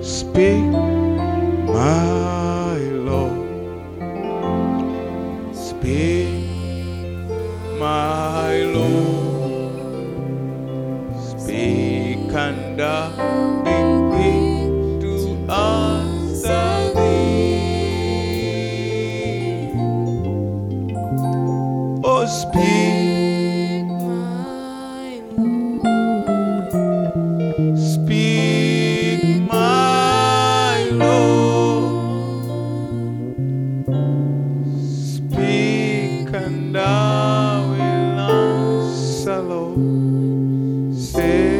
Speak, my Lord. Speak, my Lord. Speak and begin to answer thee. Oh, speak, speak, my Lord. Speak and I will answer, Lord. Say,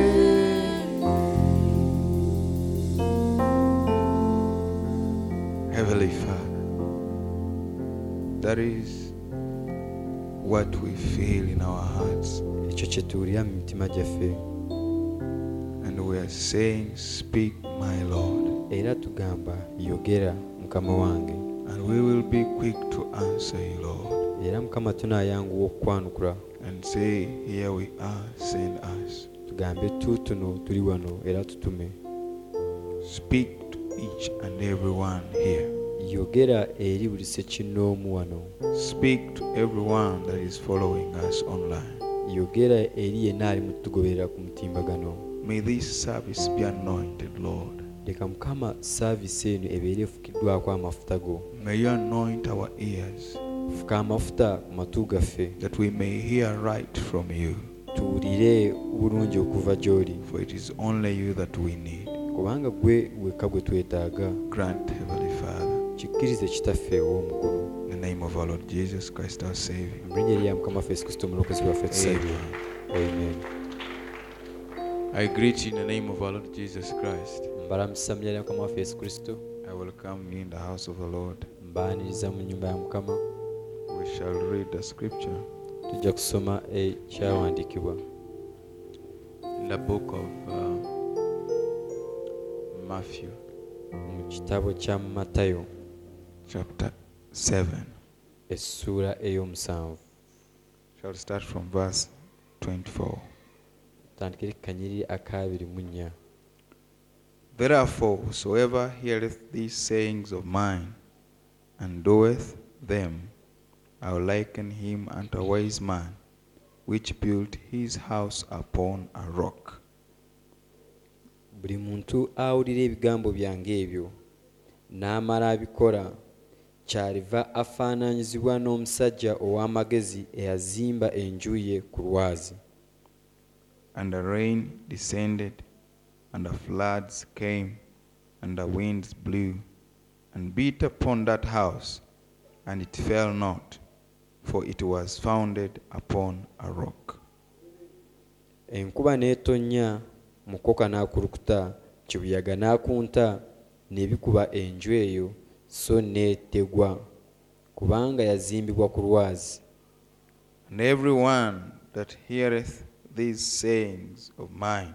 Heavenly Father, that is what we feel in our hearts. ekyo kye tuwulira mu mitima gyaffe And we are saying, Speak, my Lord. era tugamba yogera mukama wange And we will be quick to answer you, Lord. era mukama tunaayanguwa okukwanukula And say, Here we are, send us. tugambe tuutuno tuli wano era tutume Speak to each and everyone here. yogera eri buli sekinnoomu wano Speak to everyone that is following us online. yogera eri yenna ali mu tutugoberera ku mutimbagano May this service be anointed, Lord. leka mukama saavisi eno ebeera efukiddwako amafuta go May you anoint our ears fuka amafuta ku matu gaffe that we may hear right from you. tuwulire bulungi okuva gy'oli For it is only you that we need. kubanga gwe wekka gwe twetaaga Grant, Heavenly Father, kikkirize kitaffe ew'omukulu in the name of our Lord Jesus Christ, our Savior. mu linnya lya mukama waffe yesu kristo omulokozi waffe tusaidwa Amen. amen I greet you in the name of our Lord Jesus Christ. mbalamisa mu linnya lya mukama waffe yesu kristo I welcome you in the house of the Lord. mbaaniriza mu nnyumba ya mukama We shall read the scripture tujja kusoma e, ekyawandiikibwa in the book of uh, Matthew, mu kitabo kya matayo e, chapter 7. essuula ey'omusanvu Shall start from verse 24. tandikire kanyiriri akabiri mu nnya Therefore, whosoever heareth these sayings of mine and doeth them, I will liken him unto a wise man which built his house upon a rock. buli muntu awulira ebigambo byange ebyo n'amala abikora kyaliva afaananyizibwa n'omusajja ow'amagezi eyazimba enju ye ku lwazi And the rain descended, and the floods came, and the winds blew, and beat upon that house, and it fell not, for it was founded upon a rock. enkuba n'etonnya mukoka n'akulukuta kibuyaga n'akunta ne bikuba enju eyo so n'etegwa kubanga yazimbibwa ku lwazi And everyone that heareth these sayings of mine,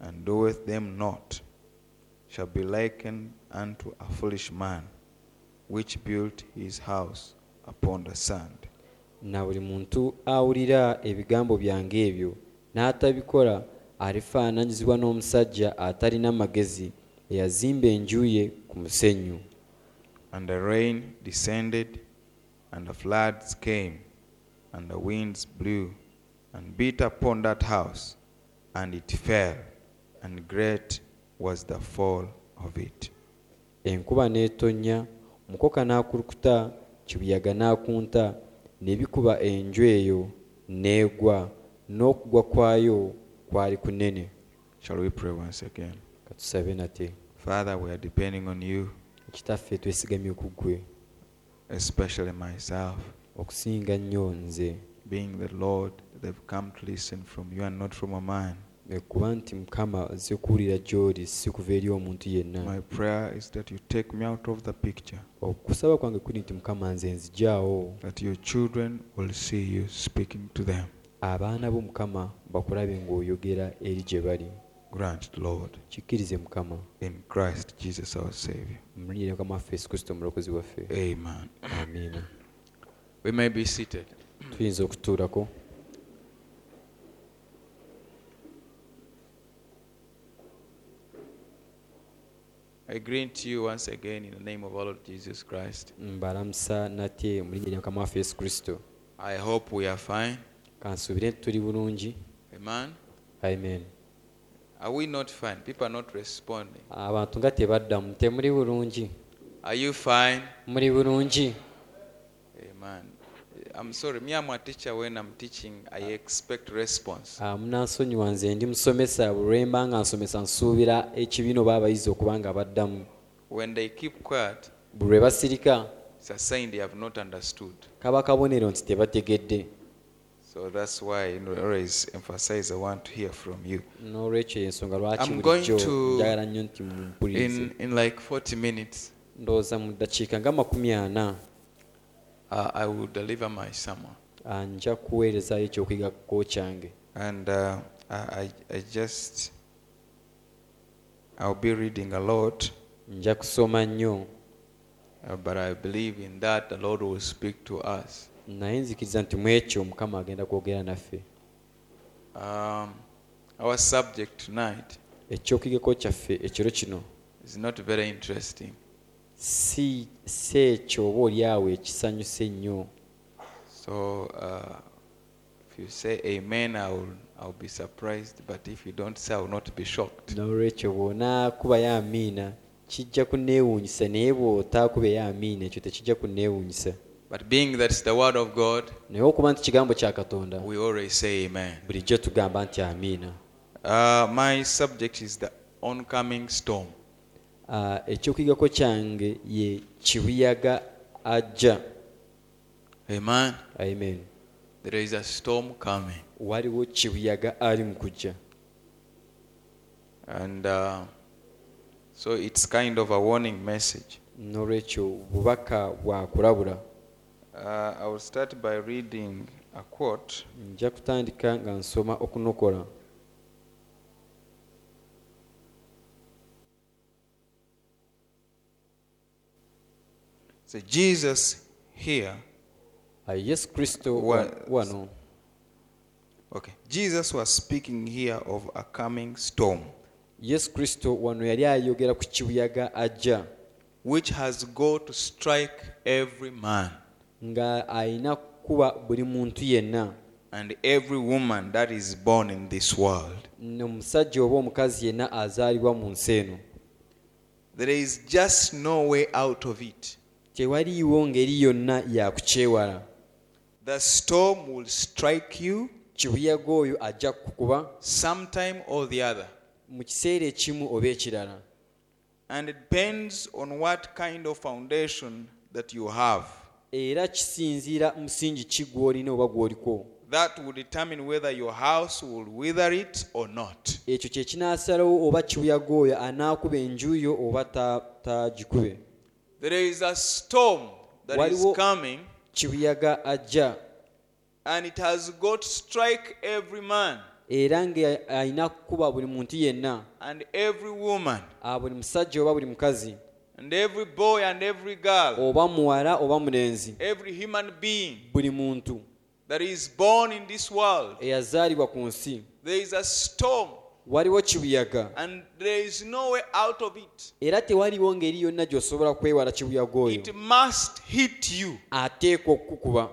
and doeth them not, shall be likened unto a foolish man, which built his house upon the sand. na buli muntu awulira ebigambo byange ebyo n'atabikora alifaananyizibwa n'omusajja atalina magezi eyazimba enju ye ku musenyu And the rain descended, and the floods came, and the winds blew, and beat upon that house, and it fell, and great was the fall of it. enkuba n'etonnya mukoka n'akulukuta kibuyaga n'akunta ne bikuba enju eyo n'egwa n'okugwa kwayo kwali kunene Shall we pray once again? katusabe nate Father, we are depending on you, kitaffe twesigamye ku ggwe especially myself, okusinga nnyo nze being the Lord, they've come to listen from you and not from a man. Eh, kuba nti mukama nze kuwulira gy'oli si kuva eri omuntu yenna My prayer is that you take me out of the picture, okusaba kwange kuli nti mukama nze nzijaawo that your children will see you speaking to them. abaana bo mukama bakulabe ng'oyogera eri gye bali Grant, Lord, kikkirize mukama in Christ Jesus our Savior. mu linnya lya mukama waffe yesu kristo omulokozi waffe Amen. amiina We may be seated. tuyinza okutuulako I greet you once again in the name of our Lord Jesus Christ. mbalamusa nate mu linnya lya mukama waffe yesu kristo I hope we are fine. kansuubire nti tuli bulungi Amen. amen Are we not fine? People are not responding. abantu nga tebaddamu temuli bulungi Are you fine? muli bulungi Amen. I'm sorry. Me, I'm a teacher. When I'm teaching, I expect response. Ah, munansonyiwa nze ndi musomesa bulwemba nga nsomesa nsuubira ekibiina oba abayizi okuba nga baddamu When they keep quiet, buli lwe basirika it's a sign they have not understood. kaba kabonero nti tebategedde So that's why you know, I always emphasize I want to hear from you. n'olwekyo yensonga lwaki I'm going bulijjo to- njagala nnyo nti mumpulirize In, in like 40 minutes, ndowooza mu ddakiika nga makumi ana uh, I will deliver my sermon. ah, nja kuweerezayo ekyokuyigako kyange And uh, I, I, I just, I'll be reading a lot, nja kusoma nnyo uh, but I believe in that the Lord will speak to us. naye nzikiriza nti mu ekyo mukama agenda kwogera naffe Um, our subject tonight ekyokuyigako kyaffe ekiro kino is not very interesting. si si ekyo oba oliawo ekisanyusa ennyo So uh, if you say amen, I will, I'll be surprised, but if you don't say, I will not be shocked. n'olwekyo bw'onaakubayo amiina kijja kunneewuunyisa naye bw'otaakubeyo amiina ekyo tekijja kunneewuunyisa But being that it's the word of God, naye okuba nti kigambo kya katonda we always say amen. bulijjo tugamba nti amiina Uh, my subject is the oncoming storm. Ah, ekyokuyigako kyange ye kibuyaga ajja Amen. amen There is a storm coming. waliwo kibuyaga ali mu kujja And uh, so it's kind of a warning message. n'olwekyo bubaka bwakulabula Uh, I will start by reading a quote nja kutandika nga nsoma okunokola So Jesus here, Ah, yesu kristo Wa- wa- wano okay, Jesus was speaking here of a coming storm yesu kristo wano yali ayogera ku kibuyaga ajja which has got to strike every man nga alina kukuba buli muntu yenna and every woman that is born in this world. omusajja oba omukazi yenna azaalibwa mu nsi eno There is just no way out of it. tewaliiwo ngeri yonna yakukyewala The storm will strike you kibuyaga oyo ajja kukuba sometime or the other. mu kiseera ekimu oba ekirala And it depends on what kind of foundation that you have. era kisinziira musingi ki gw'olina oba gw'oliko That will determine whether your house will wither it or not. ekyo kye kinaasalawo oba kibuyaga oyo anaakuba enju yo oba ta- taagikube There is a storm that is Waliwo- coming, kibuyaga ajja and it has got to strike every man era ng'alina kukuba buli muntu yenna and every woman ah, buli musajja oba buli mukazi and every boy and every girl, oba muwala oba mulenzi every human being buli muntu that is born in this world. eyazaalibwa ku nsi There is a storm, waliwo kibuyaga and there is no way out of it. era tewaliwo ngeri yonna gy'osobola kwewala kibuyaga oyo It must hit you. ateekwa okukukuba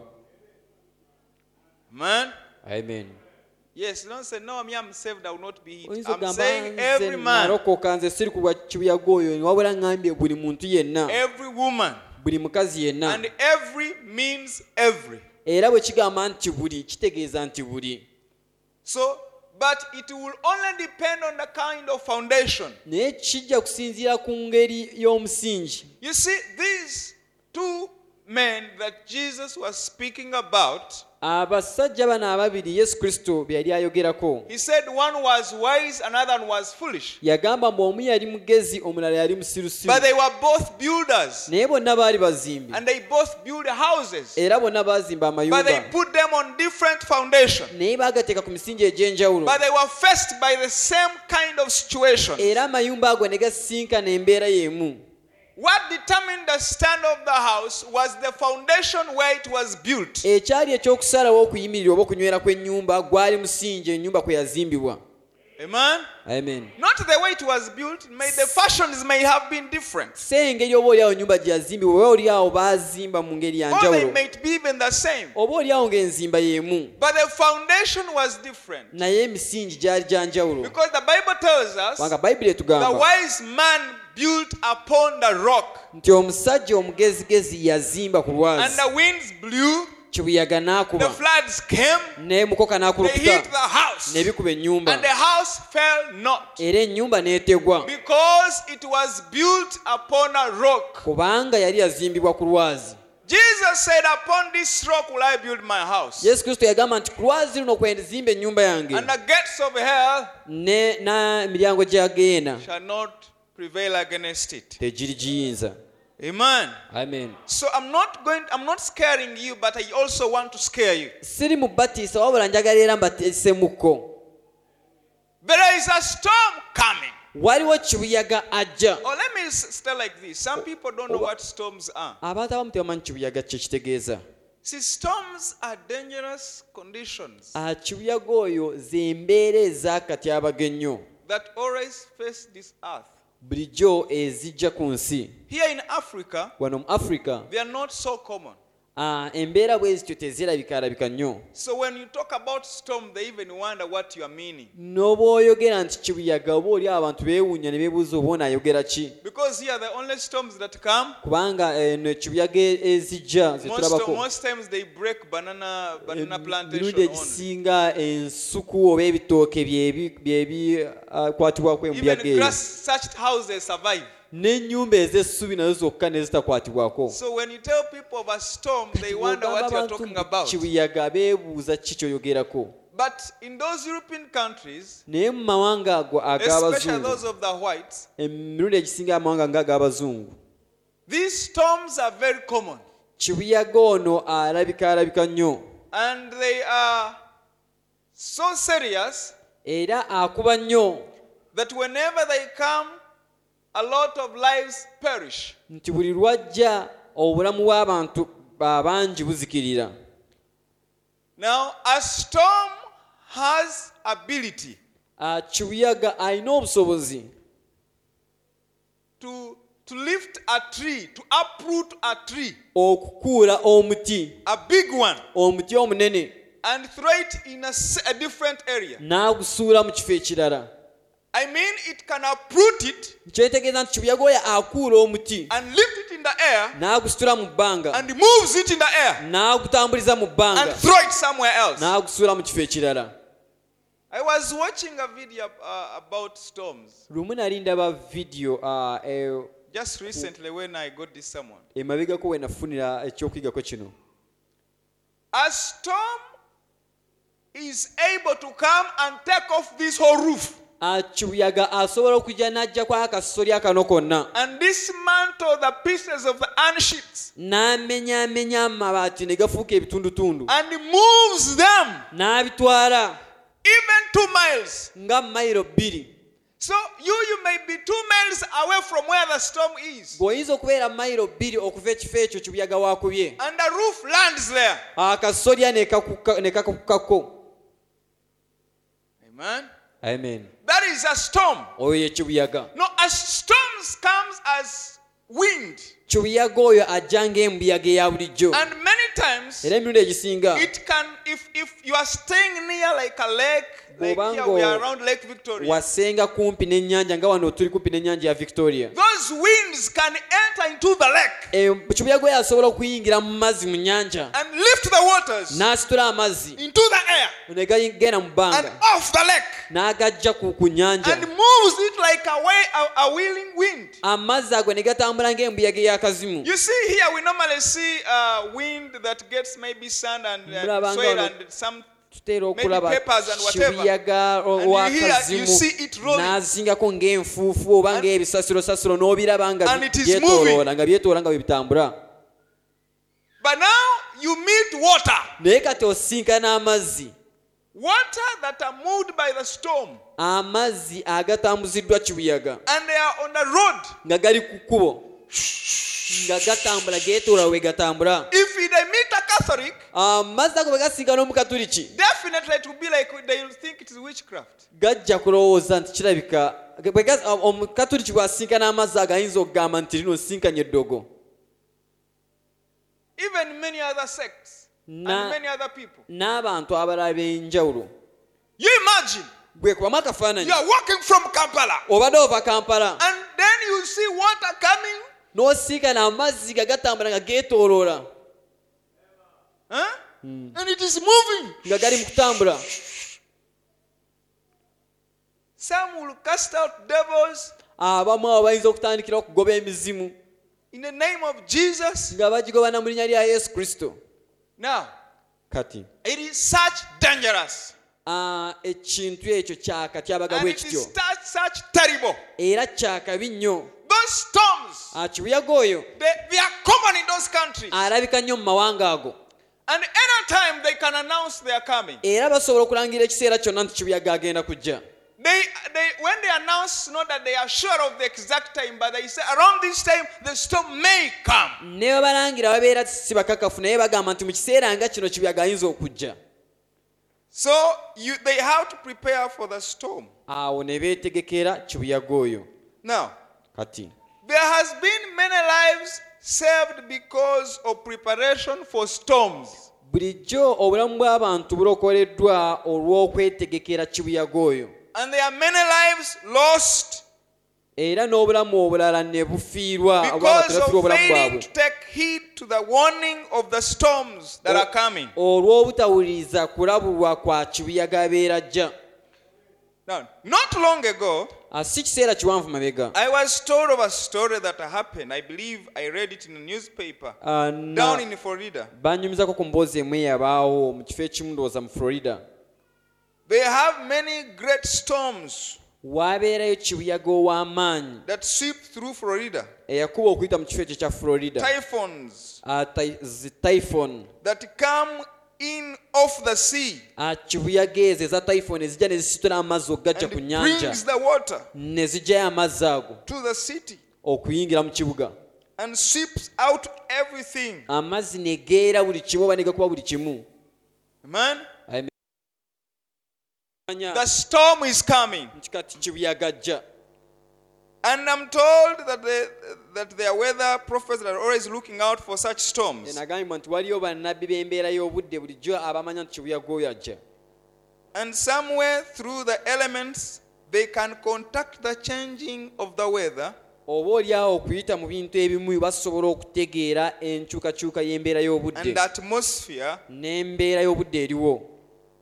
Man? amen Yes, don't say, no, me, I'm saved, I will not be hit. oyinza I'm ogamba saying nze every man, narokoka nze siri kubwa kibuyaga oyo wabula ŋŋambye buli muntu yenna every woman, buli mukazi yenna and every means every. era bwe kigamba nti buli kitegeeza nti buli So, but it will only depend on the kind of foundation. naye kijja kusinziira ku ngeri y'omusingi You see, these two men that Jesus was speaking about, abasajja bano ababiri yesu kristo be yali ayogerako he said one was wise, another one was foolish. yagamba mbu omu yali mugezi omulala yali musirusiru But they were both builders, naye bonna baali bazimbi and they both built houses. era bonna baazimba But they amayumba put them on different foundations. naye baagateeka ku misingi egy'enjawulo But they were faced by the same kind of situation. era amayumba ago ne gasinkana embeera y'emu What determined the stand of the house was the foundation where it was built. ekyali ekyokusalawo okuyimirira oba okunywera kw'ennyumba gwali musingi ennyumba kwe yazimbibwa Amen. amen Not the way it was built. May the fashions may have been different. se engeri oba oliawo nyumba gye yazimbibwa oba oliawo baazimba mu ngeri ya Or they njawulo might be even the same. oba oliawo ng'enzimba y'emu But the foundation was different. naye emisingi gyali gya njawulo Because the Bible tells us kubanga bayibuli the etugamba wise man built upon the rock. nti omusajja omugezigezi yazimba ku And lwazi the winds blew, kibuyaga the n'akuba floods came, nemukoka they hit the n'akulukuta house. And n'ebikuba ennyumba the house fell not. era ennyumba n'etegwa Because it was built upon a rock. kubanga yali yazimbibwa ku lwazi Jesus said, Upon this rock will I build my house. yesu kristo yagamba nti ku lwazi luno kwenzimba ennyumba yange And the gates of hell ne n'emiryango gyagenda shall not prevail against it. tegiri giyinza Amen. amen So I'm not going I'm not scaring you, but I also want to scare you. siri mubatiisa wabula njagala era mbateesemukko There is a storm coming. waliwo kibuyaga ajja Or let me s- say like this. Some people don't know what storms are. abantu abamu tebamanyi kibuyaga kye kitegeeza See, storms are dangerous conditions Ah, kibuyaga oyo zembeera ezakatyabaga ennyo that always face this earth. bulijjo ezijja ku nsi Here in Africa, wano mu afurika they are not so common. ah, embeera bwe zityo tezirabikaalabika nnyo So when you talk about storm, they even wonder what you are meaning. n'obwoyogera nti kibuyaga oba oli abantu beewuunya ne beebuuza oba onaayogera ki Because here the only storms that come, kubanga eno ekibuyaga e- ezijja most, zetulabako most times they break banana, Eh, banana plantation emirundi only. egisinga ensuku oba ebitooke byebikwatibwako embuyaga Even eyo grass such houses survive. n'ennyumba ez'essubi nazo zokka ne zitakwatibwako So when you tell people of a storm, they wonder Bw'ogamba what you are abantu talking mbu about. kibuyaga beebuuza ki kyoyogerako But in those European countries, naye mu mawanga ago especially those ag'abazungu of the whites, emirundi egisinga amawanga nga ag'abazungu these storms are very common. kibuyaga ono alabika alabika nnyo And they are so serious era akuba nnyo that whenever they come, a lot of lives perish. nti buli lwajja obulamu bw'abantu ba- bangi buzikirira Now, a storm has ability Ah, kibuyaga alina obusobozi to, to lift a tree, to uproot a tree, okukuula omuti a big one, omuti omunene and throw it in a, s- a different area. n'agusuula mu kifo ekirala I mean, it can uproot it kyetegeeza nti kibuyaga oyo akuula omuti and lift it in the air n'agusitula mu bbanga and moves it in the air n'agutambuliza mu bbanga and throw it somewhere else. n'agusuula mu kifo ekirala I was watching a video uh, about storms lumu nali ndaba vidiyo ah, eh, just recently when I got this someone. emabegako we nafunira ekyokuyigako kino A storm is able to come and take off this whole roof Ah, kibuyaga asobola okujja n'ajjako akasolya kano konna and dismantle the pieces of the iron sheets n'amenyaamenya amabaati ne gafuuka ebitundutundu and moves them n'abitwala even two miles. nga mayiro bbiri So you you may be two miles away from where the storm is, ng'oyinza okubeera mayiro bbiri okuva ekifo ekyo kibuyaga waakubye and the roof lands there. akasolya ne kakuka- ne kakukako Amen. amen That is a storm. oyo ye kibuyaga No, a storms comes as wind, kibuyaga oyo ajja ng'embuyaga eya bulijjo and many times era emirundi egisinga it can. If if you are staying near like a lake, like here Bobango. we are around Lake Victoria. wasenga kumpi n'ennyanja nga wano tuli kumpi n'ennyanja ya victoria Those winds can enter into the lake Eyo- kibuyaga oyo asobola okuyingira mu mazzi mu nnyanja and lift the waters n'asitula amazzi into the air ne gagenda mu and bbanga off the lake n'agajja ku ku and nnyanja moves it like a way a, a wheeling wind. amazzi ago ne gatambula ng'embuyaga ey'akazimu You see here, we normally see uh, wind that gets maybe sand and uh, Mulabanga soil ono. and some tutera Maybe okulaba papers and whatever. And kibuyaga you hear- you owakazimu see it rolling. n'azingako ng'enfuufu oba And- ng'ebisasirosasiro n'obiraba nga And it is byetoloola nga byetoola nga bwe bitambula But now you meet water. naye kati osinkana amazzi Water that are moved by the storm amazzi agatambuziddwa kibuyaga and they are on the road. nga gali ku kkubo nga gatambula geetoola we gatambula If they meet a Catholic, Ah, amazzi ago bwe gasinga n'omukatuliki definitely it will be like they will think it is witchcraft. gajja kulowooza nti kirabika bwe gas- ah, omukatuliki bw'asinkana amazzi ago ayinza okugamba nti lino sinkanye eddogo Even many other sects Na- and many other people. n'abantu abalala b'enjawulo You imagine gwe kubamu akafaananyi you are walking from Kampala obadde ova kampala and then you see water coming. n'osiikana amazzi nga gatambula nga geetooloola Huh? And it is moving. nga gali mu kutambula Some will cast out devils abamu abo bayinza okutandikira okugoba emizimu in the name of Jesus. nga bagigobana mu linnya lya yesu kristo Now, kati it is such dangerous. ah, ekintu ekyo kyakatyabaga And bwe it kityo is such, such terrible. era kyakabi nnyo Those storms, Ah, kibuyaga oyo they, they are common in those countries. alabika nnyo mu mawanga ago And anytime they can announce they are coming. era basobola okulangira ekiseera kyonna nti kibuyaga agenda kujja They, they, when they announce, not that they are sure of the exact time, but they say around this time the storm may come. ne bwe balangira babeera si bakakafu naye bagamba nti mu kiseera nga kino kibuyaga ayinza okujja So you, they have to prepare for the storm. awo ne beetegekera kibuyaga oyo Now, kati there has been many lives saved because of preparation for storms. bulijjo obulamu bw'abantu bulokoleddwa olw'okwetegekera kibuyaga oyo And there are many lives lost era n'obulamu obulala ne bufiirwa because obwabatulatula of obulamu failing bwabwe to take heed to the warning of the storms that are coming. olw'obutawuliriza kulabulwa kwa kibuyaga abeera ajja Now, not long ago, Ah, si kiseera kiwanvu mabega I was told of a story that happened. I believe I read it in a newspaper Ah, na- down in Florida. banyumizako ku mboozi emu eyabaawo mu kifo ekimu ndowooza mu florida They have many great storms waabeerayo kibuyaga ow'amaanyi that sweep through Florida. eyakuba okuyita mu kifo ekyo kya florida typhoons Ah, ty- zi typhon that come in off the sea Ah, kibuyaga ezo eza typhon ezijja ne zisitula amazzi okugajja and ku nnyanja brings the water ne zijjayo amazzi ago to the city okuyingira mu kibuga and sweeps out everything. amazzi ne geera buli kimu oba ne gakuba buli kimu Amen. Amen. The storm is coming, Nti kati kibuyaga jja and I'm told that the, that there are weather prophets that are always looking out for such storms. enagambibwa nti waliyo bannabbi b'embeera y'obudde bulijjo abamanya nti kibuyaga oyo ajja And somewhere through the elements, they can contact the changing of the weather oba oliawo okuyita mu bintu ebimu basobola okutegeera enkyukakyuka y'embeera y'obudde and the atmosphere, n'embeera y'obudde eriwo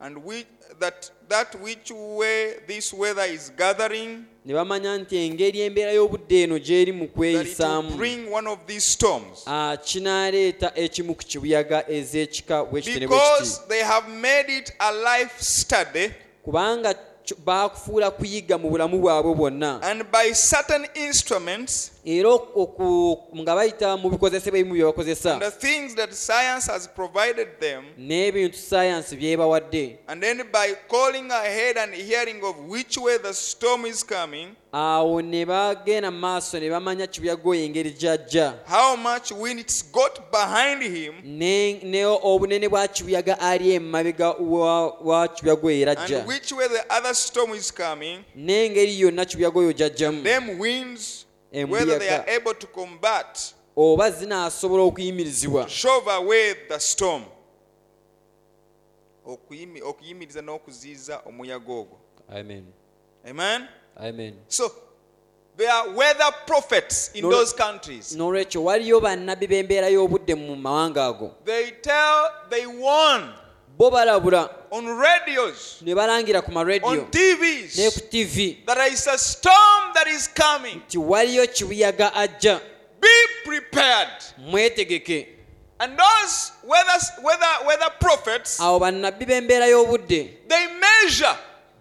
and which, that that which way this weather is gathering. ne bamanya nti engeri embeera y'obudde eno gy'eri mu that it will kweyisaamu bring one of these storms ah, kinaaleeta ekimu ku kibuyaga ez'ekika bwekiti ne bwekiti because they have made it a life study kubanga kyo- baakufuula kuyiga mu bulamu bwabwe bwonna and by certain instruments era oku- oku- nga bayita mu bikozesebwa ebimu bye and the bakozesa things that science has provided them n'ebintu sayansi byebawadde and then by calling ahead and hearing of which way the storm is coming awo ne bagenda mu maaso ne bamanya kibuyaga oyo engeri gy'ajja how much wind it's got behind him ne ne obunene bwa kibuyaga ali emabega wa wa kibuyaga oyo era ajja and which way the other storm is coming n'engeri yonna kibuyaga oyo gy'ajjamu them winds Embuyaga. whether they are able to combat oba zinaasobola okuyimirizibwa shove away the storm Okuyimi- okuyimiriza n'okuziyiza omuyaga ogwo amen amen amen so there are weather prophets in Nol- those countries n'olwekyo waliyo bannabbi b'embeera y'obudde mu mawanga ago they tell they warn bo balabula on radios ne balangira ku on marediyo ne ku tvs tivi that there is a storm that is coming nti waliyo kibuyaga ajja be prepared mwetegeke and those weather, weather, weather prophets awo bannabbi b'embeera y'obudde they measure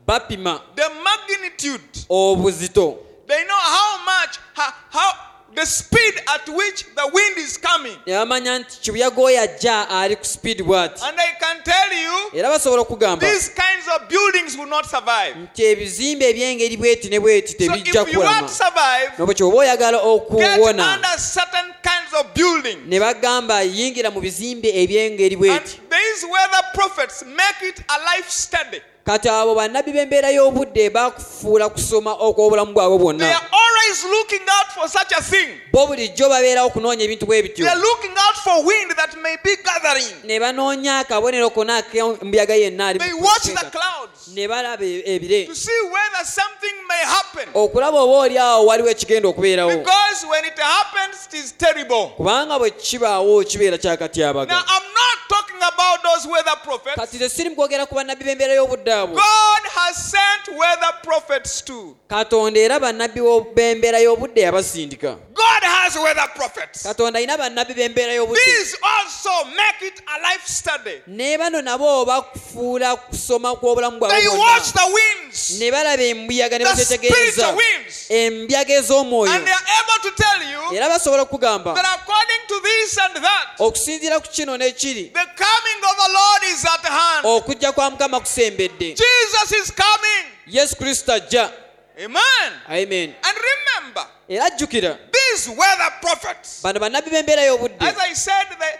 bapima the magnitude obuzito They know how much, how, how the speed at which the wind is coming. ne bamanya nti kibuyaga oyo ajja ali ku speed bw'ati And I can tell you, era basobola okugamba these kinds of buildings will not survive. nti ebizimbe eby'engeri bweti ne bweti So tebijja if you want to kulama survive, nobwe kyoba oyagala get okuwona under certain kinds of building. ne bagamba yingira mu bizimbe eby'engeri And bweti these where the prophets make it a life study. kati abo bannabbi b'embeera y'obudde bakufuula kusoma okw'obulamu They bwabwe bwonna are always looking out for such a thing. bo bulijjo babeerawo okunoonya ebintu bwe bityo They are looking out for wind that may be gathering. ne banoonya akabonero kona ak'embuyaga yenna ali mu They watch the kuseeka. clouds ne balaba e- ebire to see whether something may happen. okulaba oba oli awo waliwo ekigenda okubeerawo Because when it happens, it is terrible. kubanga bwe kibaawo kibeera Now, kyakatyabaga I'm not talking about those weather prophets. kati ze siri mu kwogera ku bannabbi b'embeera y'obudde abo God has sent weather prophets too. katonda era bannabbi bo- b'embeera y'obudde yabasindika God has weather prophets. katonda alina bannabbi b'embeera y'obudde These also make it a life study. ne bano nabo bakufuula kusoma kw'obulamu bwabwe They bwonna watch the winds ne balaba embuyaga ne The spirits bazetegeereza of winds. Oh, embuyaga ez'omwoyo and they are able to tell you era basobola okukugamba that according to this and that, okusinziira ku kino n'ekiri the coming of the Lord is at hand. okujja kwa mukama kusembedde Jesus is coming. yesu kristo ajja Amen. amen And remember, era ajjukira these weather prophets, bano bannabbi b'embeera y'obudde as I said, they,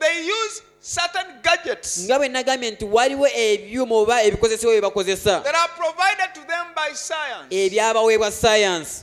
they use certain gadgets nga bwe nagambye nti waliwo ebyuma oba ebikozesebwa bye bakozesa that are provided to them by science. ebyabaweebwa sayansi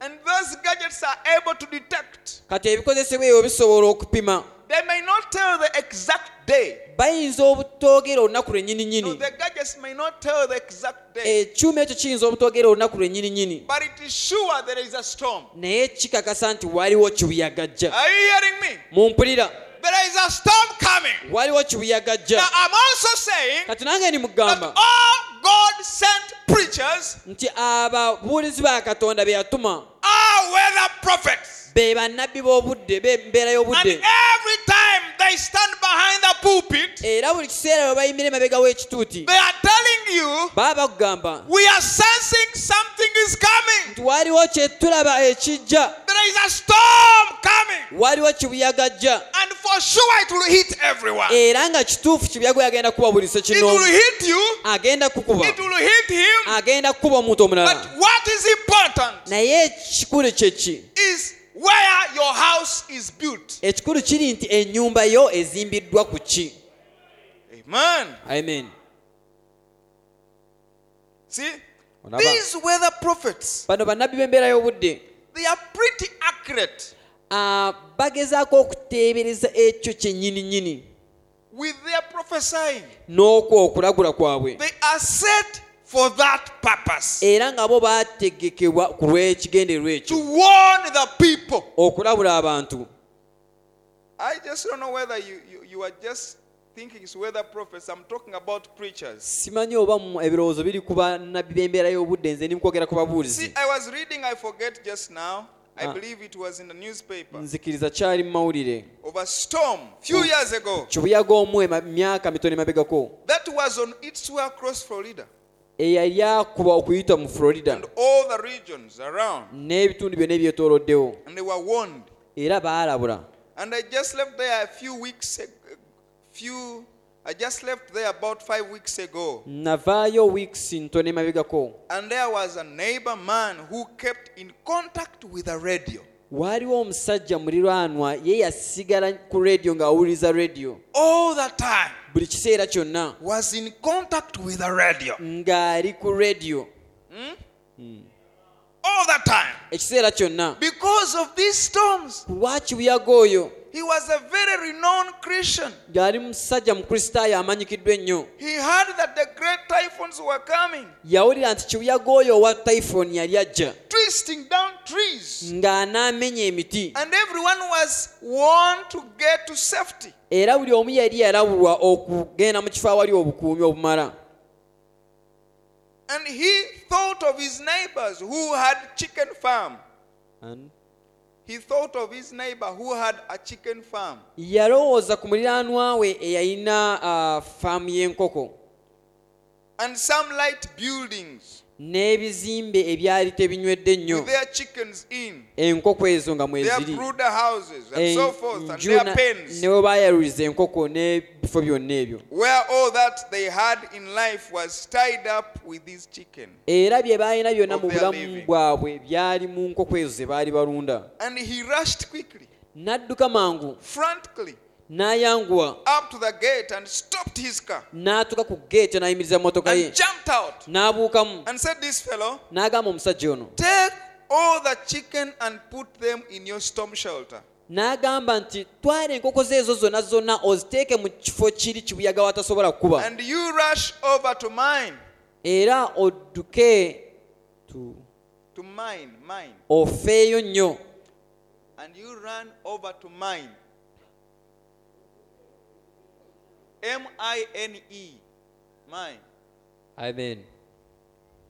And those gadgets are able to detect. kati ebikozesebwa ebyo bisobola okupima They may not tell the exact day. bayinza obutogera olunaku No, lwennyininyini the gadgets may not tell the exact day, ekyuma ekyo kiyinza obutogera olunaku lwennyininyini but it is sure there is a storm. naye kikakasa nti waliwo kibuyagajja Are you hearing me? mumpulira There is a storm coming. waliwo kibuyagajja Now, I'm also saying kati nange that nimugamba all God sent preachers nti ababuulizi ba katonda be yatuma are weather prophets. be bannabbi b'obudde b'embeera And y'obudde every time they stand behind the pulpit, era buli kiseera bwe bayimira emabega w'ekituuti they are telling you, baba bakugamba we are sensing something is coming. nti waliwo kye tulaba ekijja There is a storm coming. waliwo kibuyagajja And for sure it will hit everyone. It era nga kituufu kibyago agenda kuba buli se kino will hit you. agenda kukuba It will hit him. agenda kukuba omuntu But omulala what is important naye ekikulu kyeki is where your house is built. ekikulu kiri nti ennyumba yo ezimbiddwa ku ki Amen. amen See? Onaba. These weather prophets, bano bannabbi b'embeera y'obudde they are pretty accurate ah, bagezaako okuteebereza ekyo kyennyini nnyini with their prophesying. n'okwo okulagula kwabwe They are set for that purpose era nga bo baategekebwa ku lw'ekigendererwa to ekyo warn the people. okulabula abantu I just don't know whether you, you, you are just thinking it's weather prophets. I'm talking about preachers. simanyi oba mu- ebirowoozo biri ku bannabbi b'embeera y'obudde nze ndimukwogera ku See, babuulizi I was reading, I forget just now. I Ah. believe it was in the newspaper nzikiriza kyali mu mawulire of a storm few years ago kibuyaga omu ema- myaka mitono emabegako that was on its way across Florida. eyali akuba okuyita mu florida and all the regions around. n'ebitundu byonna ebyetooloddewo And they were warned. era baalabula And I just left there a few weeks ago. Few, I just left there about five weeks ago. navaayo wiikisi ntono emabegako And there was a neighbor man who kept in contact with a radio waaliwo omusajja muliraanwa ye yasigala ku rediyo ng'awuliriza rediyo all the time. buli kiseera kyonna Was in contact with a radio Hmm? ng'ali ku rediyo all the time. ekiseera kyonna Because of these storms, lwa kibuyaga oyo he was a very renowned Christian. yali musajja mukristaayo amanyikiddwa ennyo He heard that the great typhoons were coming, yawulira nti kibuyaga oyo owa typhoni yali ajja twisting down trees. ng'anaamenya emiti And everyone was warned to get to safety. era buli omu yali yalabulwa okugenda mu kifo awali obukuumi obumala And he thought of his neighbors who had chicken farm. He thought of his neighbor who had a chicken farm. yalowooza ku muliraanwa we eyalina ah, faamu y'enkoko And some light buildings n'ebizimbe ebyali tebinywedde ennyo with their chickens in, enkoko ezo nga their mweziri brooder houses and so forth, and enju their na- pens. ne we baayaluliriza enkoko n'ebifo byonna ebyo Where all that they had in life was tied up with this chicken. era bye baalina byonna Of mu their bulamu living. bwabwe byali mu nkoko ezo ze baali balunda And he rushed quickly n'adduka mangu frantically n'ayanguwa up to the gate and stopped his car n'atuuka ku geekyo n'ayimiriza mmotoka ye and jumped out n'abuukamu and said, This fellow, n'agamba omusajja ono take all the chicken and put them in your storm shelter. n'agamba nti twala enkoko ze ezo zonna zonna oziteeke mu kifo kiri kibuyaga watasobola kukuba And you rush over to mine, era odduke tu- to mine, mine. ofeeyo nnyo And you run over to mine. M I N E, mine. amen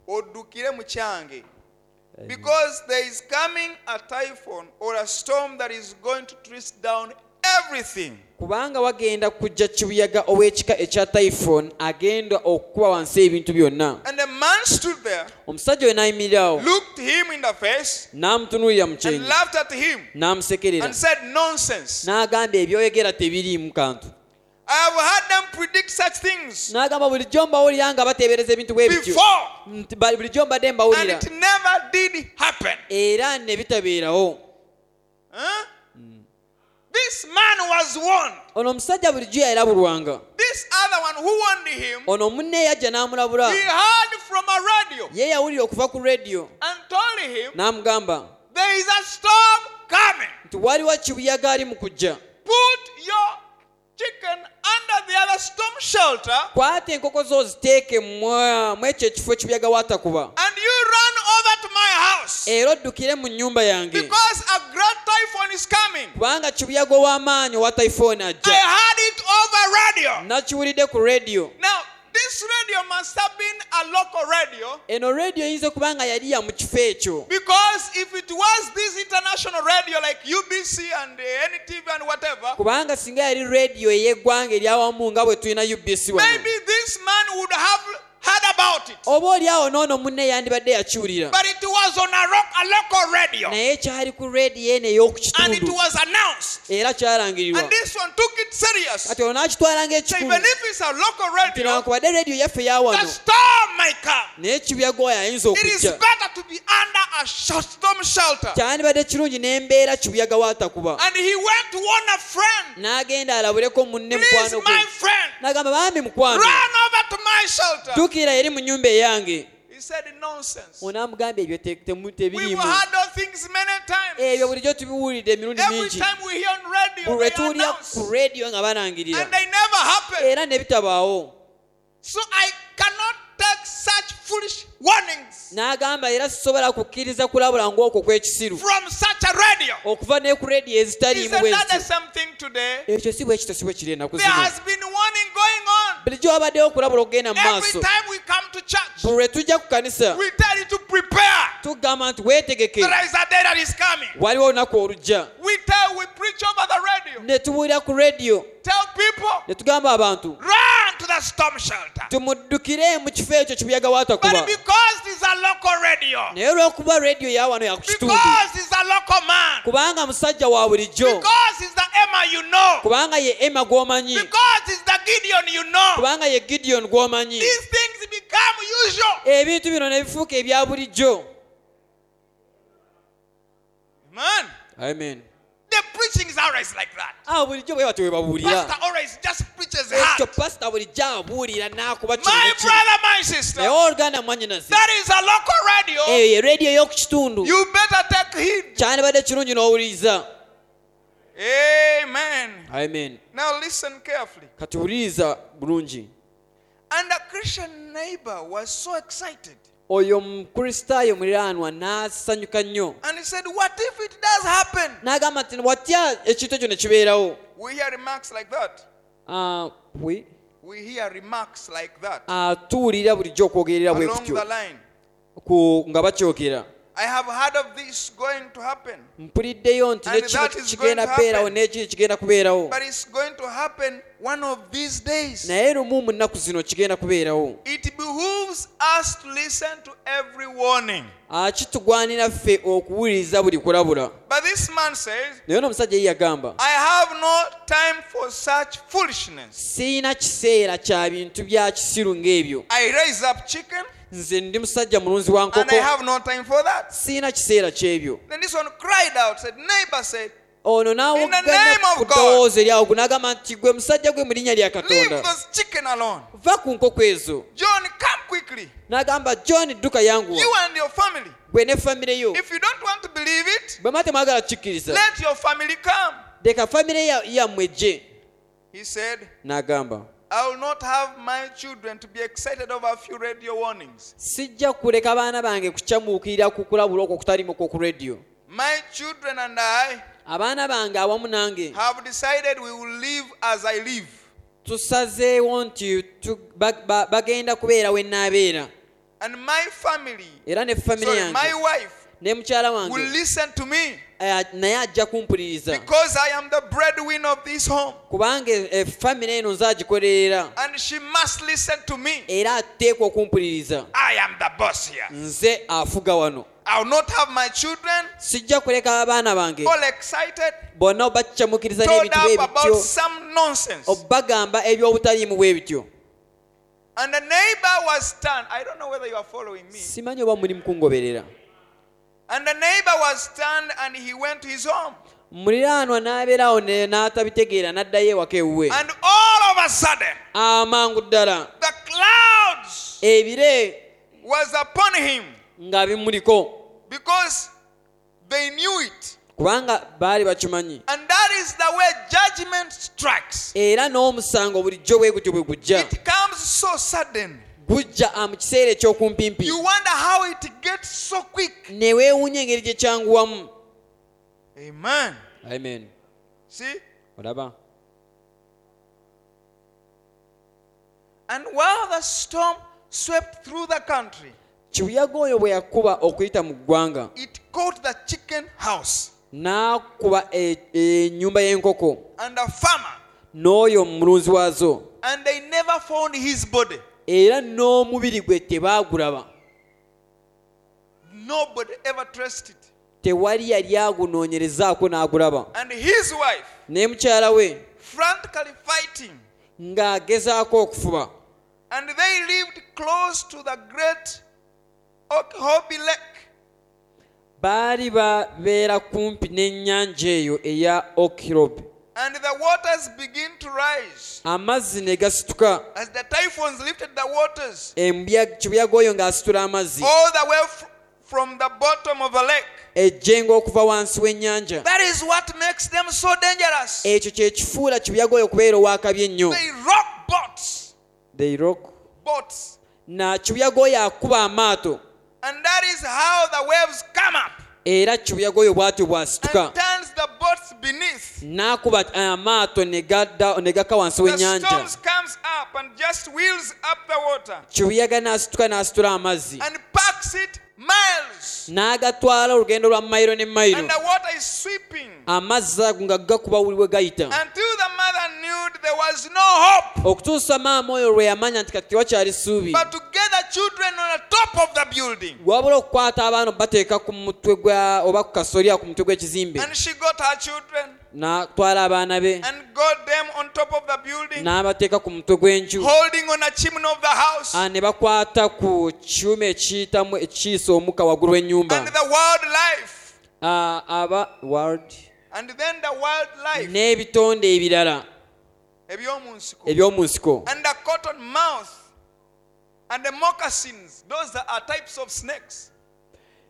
Odukire muchange. Because there is coming a typhoon or a storm that is going to twist down everything. kubanga wagenda kujja kibuyaga ow'ekika ekya typhon agenda okukuba wansi ebintu byonna And the man stood there, omusajja oyo n'ayimirirawo looked him in the face, n'amutunuulira mu and kyenyi laughed at him n'amusekerera and said, Nonsense. n'agamba ebyoyogera tebiriimu kantu I have heard them predict such things n'agamba bulijjo mbawulira nga bateebereza ebintu bwe bityo before, Nti ba- bulijjo mbadde and mbawulira it never did happen. era ne bitabeerawo Huh? This man was warned. ono omusajja bulijjo yayirabulwanga This other one who warned him, ono munne yajja n'amulabula he heard from a radio ye yawulira okuva ku rediyo and told him n'amugamba there is a storm coming. nti waliwo kibuyaga ali mu kujja Put your chicken under the other storm shelter kwata enkoko zo ziteeke mwa- mu ekyo ekifo kibuyaga waatakuba and you run over to my house era oddukire mu nnyumba yange because a great typhoon is coming. kubanga kibuyaga ow'amaanyi owa typhoni I ajja heard it over radio. nakiwulidde ku rediyo Now, this radio must have been a local radio eno rediyo eyinza okuba nga yali ya mu kifo ekyo because if it was this international radio like UBC and uh, NTV and whatever, kubanga singa yali rediyo ey'eggwanga eryawamu nga bwe tulina ubc wano maybe this man would have heard about it. oba oliawo noono munne yandibadde yakiwulira But it was on a, rock, a local radio naye kyali ku rediyo eno ey'okukitundu and it was announced. era kyalangirirwa And this one took it serious. kati olwo n'akitwala So even ngaekikulu if it's a local radio, tinakubadde rediyo yaffe the yawano storm may come. naye ekibuyaga oyo ayinza It is okujja better to be under a short storm shelter. kyandibadde kirungi n'embeera kibuyaga waatakuba And he went to warn a friend. n'agenda alabuleko munne Please, mukwano gwe my friend, n'agamba baami mukwano Run over to my shelter. tukira eri mu nyumba eyange He said, Nonsense. onaamugamba ebyo te- temu- We've tebiriimu heard those things many times. ebyo bulijjo tubiwulidde emirundi Every mingi time we hear on radio, lwe they tuwulira ku announce, rediyo nga banangirira and they never happen. era ne bitabaawo So I cannot take such foolish warnings n'agamba era sisobola kukkiriza kulabula ng'okwo kw'ekisiru from such a radio. okuva ne ku rediyo Is ezitaliimu another bwezityo something today? ekyo si bwe kito si bwe kiri ennaku There zino has been warning going on. bulijjo wabaddewo okulabula okugenda mu maaso Every time we come to church, buli lwe tujja ku kanisa we tell you to prepare. tugamba nti weetegeke There is a day that is coming. waliwo olunaku olujja We tell, we preach over the radio. ne tuwulira ku rediyo Tell people, ne tugamba abantu run to the storm shelter. tumuddukire mu kifo ekyo kibuyaga But waatakuba because it's a local radio, naye olw'okuba rediyo yawano ya ku kitundu because it's a local man, kubanga musajja wa bulijjo because it's the Emma you know, kubanga ye ema gw'omanyi because it's the Gideon you know, kubanga ye gideon gw'omanyi these things become usual. ebintu bino ne bifuuka ebya bulijjo Man, amen the preaching is always like that. awo bulijjo bwe batyo bwe babuulira Pastor always just preaches ekyo hard. pasita bulijjo abuulira n'akuba kino My ne kino. brother, my sister, naye oluganda mwanyinazi that is a local radio. eyo ye rediyo ey'oku kitundu You better take heed. kyandibadde kirungi n'owuliriza Amen. amen Now listen carefully. katuwuliriza bulungi And the Christian neighbor was so excited. oyo omukristaayo muliraanwa n'asanyuka nnyo And he said, What if it does happen? n'agamba nti watya ekintu ekyo ne kibeerawo We hear remarks like that. Ah, we- We hear remarks like that atuwulira bulijjo okwogerera bwe along kutyo the line. ku- nga bakyogera I have heard of this going to happen, mpuliddeyo nti And nekino that is kigenda going to kubeerawo happen. n'ekiri kigenda kubeerawo but it's going to happen one of these days. naye lumu mu nnaku zino kigenda kubeerawo It behooves us to listen to every warning. Ah, kitugwanira ffe okuwuliriza buli kulabula But this man says, naye n'omusajja ye yagamba I have no time for such foolishness. siina kiseera kya bintu bya kisiru ng'ebyo I raise up chicken, nze ndi musajja mulunzi wa and I nkoko have no time for that. siina kiseera ky'ebyo Then this one cried out, said, Neighbor said, ono In the name n'awoggana of ku God. ddoboozi lyagwo n'agamba nti gwe musajja gwe mu linnya lya Leave katonda those chicken alone. va ku nkoko ezo John, come quickly. n'agamba john dduka yanguwa You and your family. gwe ne famire yo If you don't want to believe it, bwe mate mwagala kukikkiriza let your family come. leka famire ya- yammwe gye He said, n'agamba I will not have my children to be excited over a few radio warnings. sijja kuleka baana bange kukyamuukirira ku kulabula okwo okutalimuko ku rediyo My children and I abaana bange awamu nange have decided we will live as I live. tusazeewo nti tu- ba- ba- bagenda kubeera we naabeera And my family, era ne famire sorry, yange my wife, ne mukyala will wange listen to me eh, naye ajja kumpuliriza because I am the breadwinner of this home. kubanga efamire eno nzagikolerera And she must listen to me. era ateekwa okumpuliriza I am the boss here. nze afuga wano I will not have my children sijja kuleka abaana bange all excited, bonna bakyamukiriza told n'ebintu up about bebityo some nonsense. obagamba ebyobutaliimu bwe bityo And the neighbor was stunned. I don't know whether you are following me. simanyi oba muli mukungoberera And the neighbor was stunned and he went to his home. muliraanwa n'abeerawo ne- n'atabitegeera n'addayo ewaka ewuwe And all of a sudden, amangu ddala the clouds ebire was upon him nga bimuliko because they knew it. kubanga baali bakimanyi And that is the way judgment strikes. era n'omusango bulijjo bwe gutyo bwe gujja It comes so sudden. gujja ah, mu kiseera eky'okumpimpi You wonder how it gets so quick. ne weewuunya engeri gye kyanguwamu Amen. amen See? olaba And while the storm swept through the country, kibuyaga oyo bwe yakuba okuyita mu ggwanga it caught the chicken house n'akuba e- ennyumba y'enkoko and a farmer, n'oyo omulunzi waazo and they never found his body. era n'omubiri gwe tebaagulaba Nobody ever traced it. tewali yali agunoonyerezaako n'agulaba And his wife, ne mukyala we frantically fighting, ng'agezaako okufuba and they lived close to the great Okehobi Lake. baali babeera kumpi n'ennyanja eyo eya okirob And the waters begin to rise. amazzi ne gasituka As the typhoons lifted the waters embuya- kibuyaga oyo ng'asitula amazzi all the way f- from the bottom of the lake. ejjenga okuva wansi w'ennyanja That is what makes them so dangerous. ekyo kye kifuula kibuyaga oyo okubeera owakabi ennyo They rock boats. They rock. Boats. na kibuyaga oyo akuba amaato And that is how the waves come up era kibuyaga oyo bw'atyo and bw'asituka turns the boats beneath. n'akuba amaato ne gadda- ne gakka wansi The w'ennyanja storms comes up and just wheels up the water kibuyaga n'asituka n'asitula amazzi and packs it miles. n'agatwala olugendo lwa mayiro ne mayiro And the water is sweeping Ah. amazzi ago nga gakuba buli we gayita until the mother knew there was no hope okutuusa maama oyo lwe yamanya nti kati tewakyali ssuubi but to get the children on the top of the building. wabula okukwata abaana bateeka ku mutwe gwa oba ku kasolya ku mutwe gw'ekizimbe And she got her children n'atwala abaana be and got them on top of the building, n'abateeka ku mutwe gw'enju holding on a chimney of the house. Ah, ne bakwata ku kyuma ekiyitamu ekiyisa omukka waggulu w'ennyumba and the wildlife, Ah, aba ward and then the wildlife, n'ebitonde ebirala ebyomu nsiko, eby'omu nsiko and the cotton mouth, and the moccasins. Those are are types of snakes.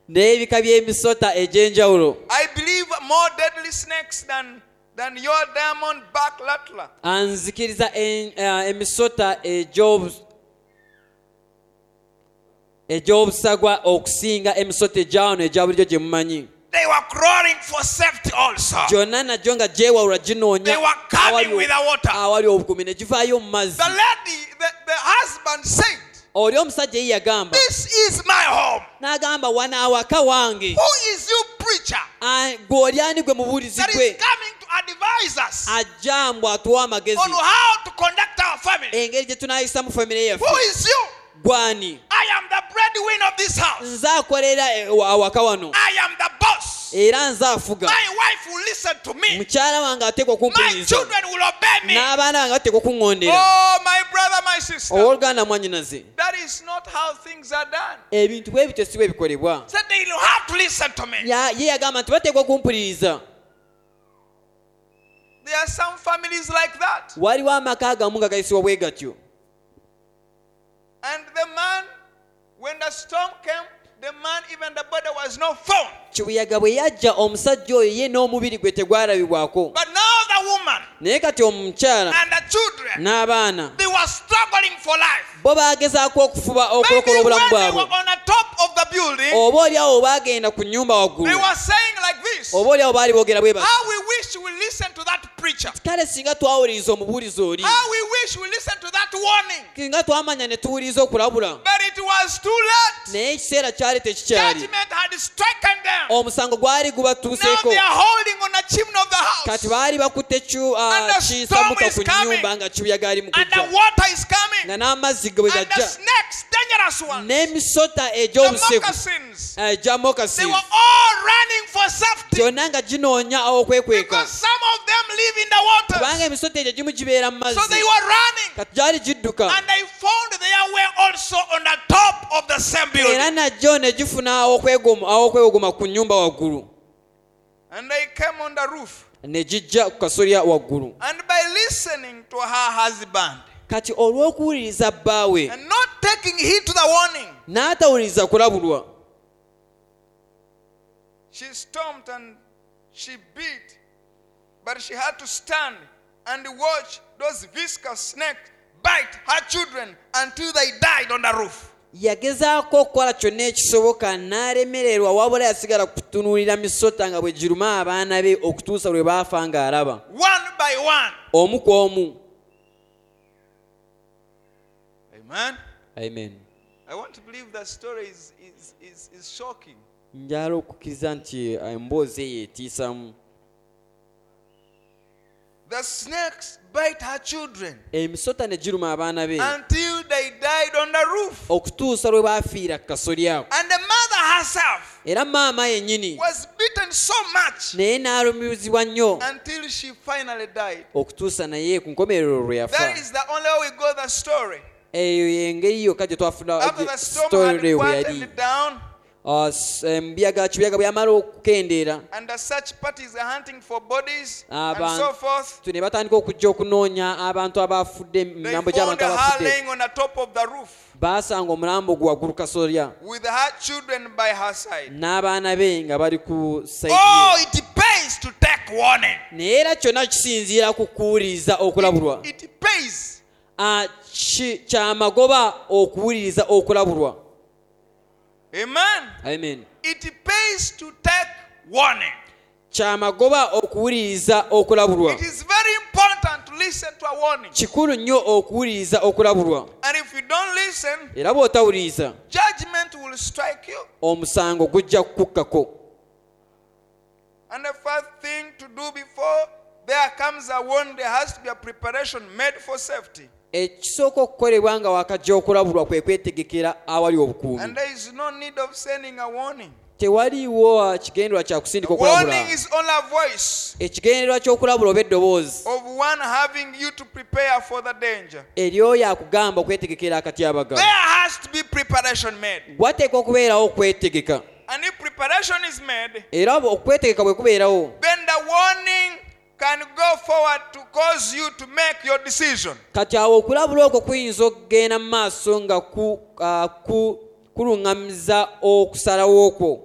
n'ebika by'emisota egy'enjawulo I believe more deadly snakes than than your diamond back rattler. anzikiriza en- ah, emisota egy'obu- egy'obusagwa okusinga emisota egyawano egya bulijjo gye mumanyi They were crawling for safety also. gyonna najjo nga gyewawula ginoonya Ah. They were coming awali o- with the water. awali obukumi ne givaayo mu mazzi The lady, the, the husband said, oli omusajja ye yagamba This is my home. n'agamba wano awaka wange Who is you preacher Ah, gwe olyani gwe mubuulizi that is Ah, gwe coming to advise us ajja mbw atuwa on amagezi how to conduct our family? engeri gye tunayisa mu famire yaffe Who is you? gwani I am the breadwinner of this house. nze akolera eh, wa- awaka wano I am the boss. era nze afuga Ah. My wife will listen to Eh. me. mukyala wange My ateekwa okumpuliriza children will obey me. n'abaana bange bateekwa okuŋŋondera Oh, my brother, my sister. owooluganda mwannyinaze That is not how things are done. ebintu bwe bityo si bwe bikolebwa So they will have to listen to me. Ya- ye yagamba nti bateekwa okumpuliriza There are some families like that. waliwo amaka agamu nga gayisibwa bwe gatyo And the man, when the storm came, the man, even the body was not found. kibuyaga bwe yajja omusajja oyo ye n'omubiri gwe tegwalabibwako But now the woman naye kati omukyala and the children, n'abaana they were struggling for life. bo baagezaako okufuba Maybe okulokola when obulamu they bwabwe were on the top of the building, oba oliawo baagenda ku nnyumba they waggulu were saying like this oba oliawo baali boogera bwe bati How we wish we listen to that preacher. kale singa twawuliriza omubuulizi oli How we wish we listen to that warning. singa twamanya ne tuwuliriza okulabula But it was too late. naye ekiseera kyali tekikyali Judgment had stricken them. omusango gwali Now gubatuuseeko they are holding on the chimney of the house. kati baali bakutte kyu- ah, And the kisamuka ku storm is coming. nnyumba nga kibuyaga ali mu And the kujja water is coming. nga n'amazzi ge bwe And the gajja snakes, dangerous ones. n'emisota The egy'obuseku moccasins. eh, gya They mokasi were all running for safety. gyonna nga ginoonya okwekweka Because some of them live in the kubanga waters. emisota egyo gimu gibeera mu So they mazzi were running. kati gyali gidduka And they found their way also on the top of the same era building. najjo ne gifuna okwegoma- okwewogoma ku nnyumba waggulu And they came on the roof. ne gijja ku kasolya waggulu And by listening to her husband kati olw'okuwuliriza bbaawe and not taking heed to the warning, n'atawuliriza kulabulwa She stomped and she beat, but she had to stand and watch those viscous snakes bite her children until they died on the roof. yagezaako okukola kyonna ekisoboka n'alemererwa wabula yasigala kutunuulira misota nga bwe giruma abaana be okutuusa lwe baafa ng'alaba One by one. omu ku omu Amen. amen I want to believe that story is, is, is, is shocking. njala okukkiriza nti eh, emboozi eyo etiisamu The snakes bite her children emisota ne giruma abaana be until they died on the roof. okutuusa lwe baafiira ku kasolya ako And the mother herself era maama yennyini was beaten so much naye n'alumizibwa nnyo until she finally died. okutuusa naye ku nkomerero lwe yafa That is the only way we got the story. eyo y'engeri yokka gye twafuna After the storm sitore had bwe yali quieted down, Ah, s- eh, mubiyaga kibuyaga byamala okukendeera and the search parties are hunting for bodies and Abantu- so forth, tu ne batandika okujja okunoonya abantu abafudde they emirambo found gy'abantu her abafudde laying on the top of the roof baasanga omulambo gwe waggulu kasolya with her children by her side. n'abaana be nga bali ku saidi Oh, ye. it pays to take warning. naye era kyonna kisinziira ku kuwuliriza okulabulwa It, it pays. Ah, ki- kya magoba okuwuliriza okulabulwa Amen. amen It pays to take warning. kyamagoba okuwuliriza okulabulwa It is very important to listen to a warning. kikulu nnyo okuwuliriza okulabulwa And if you don't listen, era bw'otawuliriza judgment will strike you. omusango gujja kukukkako And the first thing to do before there comes a warning, there has to be a preparation made for safety. ekisooka okukolebwa nga wakajja okulabulwa kwe kwetegekera awali And obukuumi there is no need of sending a warning. tewaliwo ah, kigendererwa kya kusindika okulabula warning is only a voice ekigendererwa ky'okulabula oba eddoboozi of one having you to prepare for the danger. eryoyo akugamba okwetegekera akatyabaga There has to be preparation made. wateekwa okubeerawo okwetegeka And if preparation is made, era bwe- okwetegeka bwe kubeerawo then the warning can go forward to cause you to make your decision. kati awo okulabula okwo kuyinza okugenda mu maaso nga ku- ah, ku- kuluŋŋamiza okusalawo okwo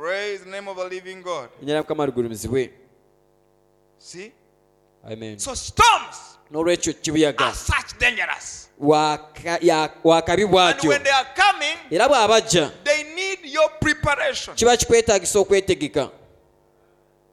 Praise the name of the living God. enyala mukama ligulumizibwe See? amen So storms n'olwekyo kibuyaga are such dangerous. waka- ya- wakabi And bwatyo when they are coming, era bw'abajja they need your preparation. kiba kikwetaagisa okwetegeka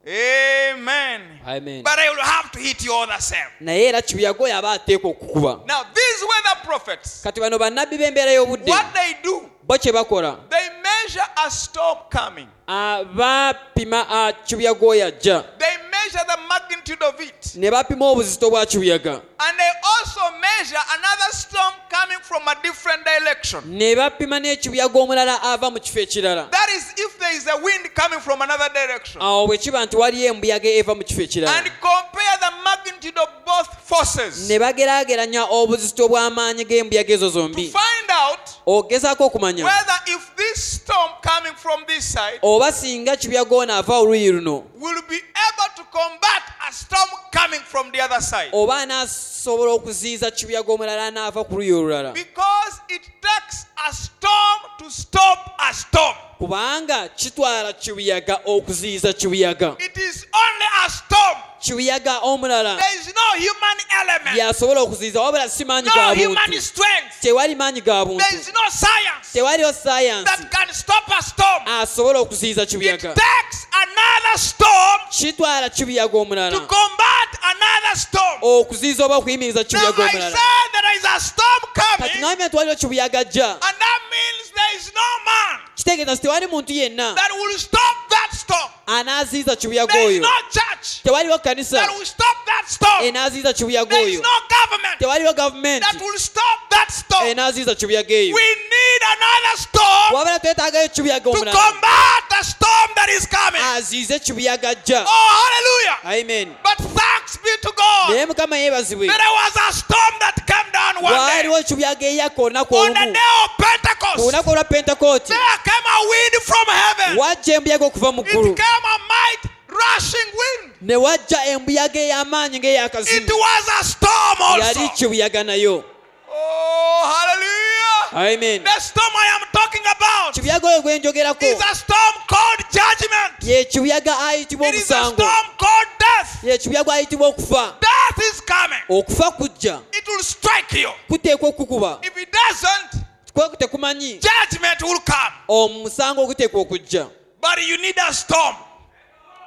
Amen. amen But I will have to hit you all the same. naye era kibuyaga oyo aba ateekwa okukuba Now, these were the prophets. kati bano bannabbi b'embeera y'obudde What they do, bo kye bakola they measure a storm coming. Ah, bapima ah, kibuyaga oyo ajja They measure the magnitude of it. ne bapima obuzito bwa kibuyaga And they also measure another storm coming from a different direction. ne bapima n'ekibuyaga omulala ava mu kifo ekirala That is, if there is a wind coming from another direction. awo bwe kiba nti waliyo embuyaga eva mu kifo And ekirala compare the magnitude of both forces ne bageraageranya obuzito bw'amaanyi g'embuyaga ezo to zombi find out ogezaako okumanya whether if this storm coming from this side oba singa kibuyaga ono ava oluyi luno will be able to combat a storm coming from the other side. oba anaasobola okuziyiza kibuyaga omulala anaava ku luyi olulala Because it takes a storm to stop a storm. kubanga kitwala kibuyaga okuziyiza kibuyaga It is only a storm. kibuyaga omulala There is no human element, yasobola okuziyiza wabula si maanyi no ga human buntu strength. tewali maanyi ga buntu There is no science tewaliwo sayansi that can stop a storm. asobola okuziyiza It kibuyaga takes another storm kitwala kibuyaga to omulala combat another Oh, storm. okuziyiza oba okuyimiriza Now kibuyaga I omulala said there is a storm kati coming, and namwe twaliro kibuyaga jja that means there is no man kitegeeza nti tewali muntu yenna that will stop that storm. anaaziyiza kibuyaga There is oyo no church tewaliwo that kanisa will stop that storm. enaaziyiza kibuyaga There is oyo no government tewaliwo that gavumenti will stop that storm. enaaziyiza kibuyaga eyo We need another storm wabula twetaagayo kibuyaga to omulala combat the storm that is coming. aziyize kibuyaga jja Oh, hallelujah. amen But thanks be to God naye mukama yeebazibwe that there was a storm that came down one day. waaliwo ekibuyaga eyaka olunaku On the olumu day of ku Pentecost, lunaku olwa pentekooti there came a wind from heaven. wajja embuyaga okuva mu It ggulu came a might rushing wind. ne wajja embuyaga ey'amaanyi It ng'eyakazimu was a storm yali also. kibuyaga nayo Oh, hallelujah. amen The storm I am talking about kibuyaga oyo gwe njogerako is a storm called judgment. ye kibuyaga ayitibwa It is a omusango storm called death. ye kibuyaga ayitibwa okufa Death is coming. okufa kujja It will strike you. kuteekwa okukuba If it doesn't, kwe tekumanyi judgment will come. omusango guteekwa okujja But you need a storm.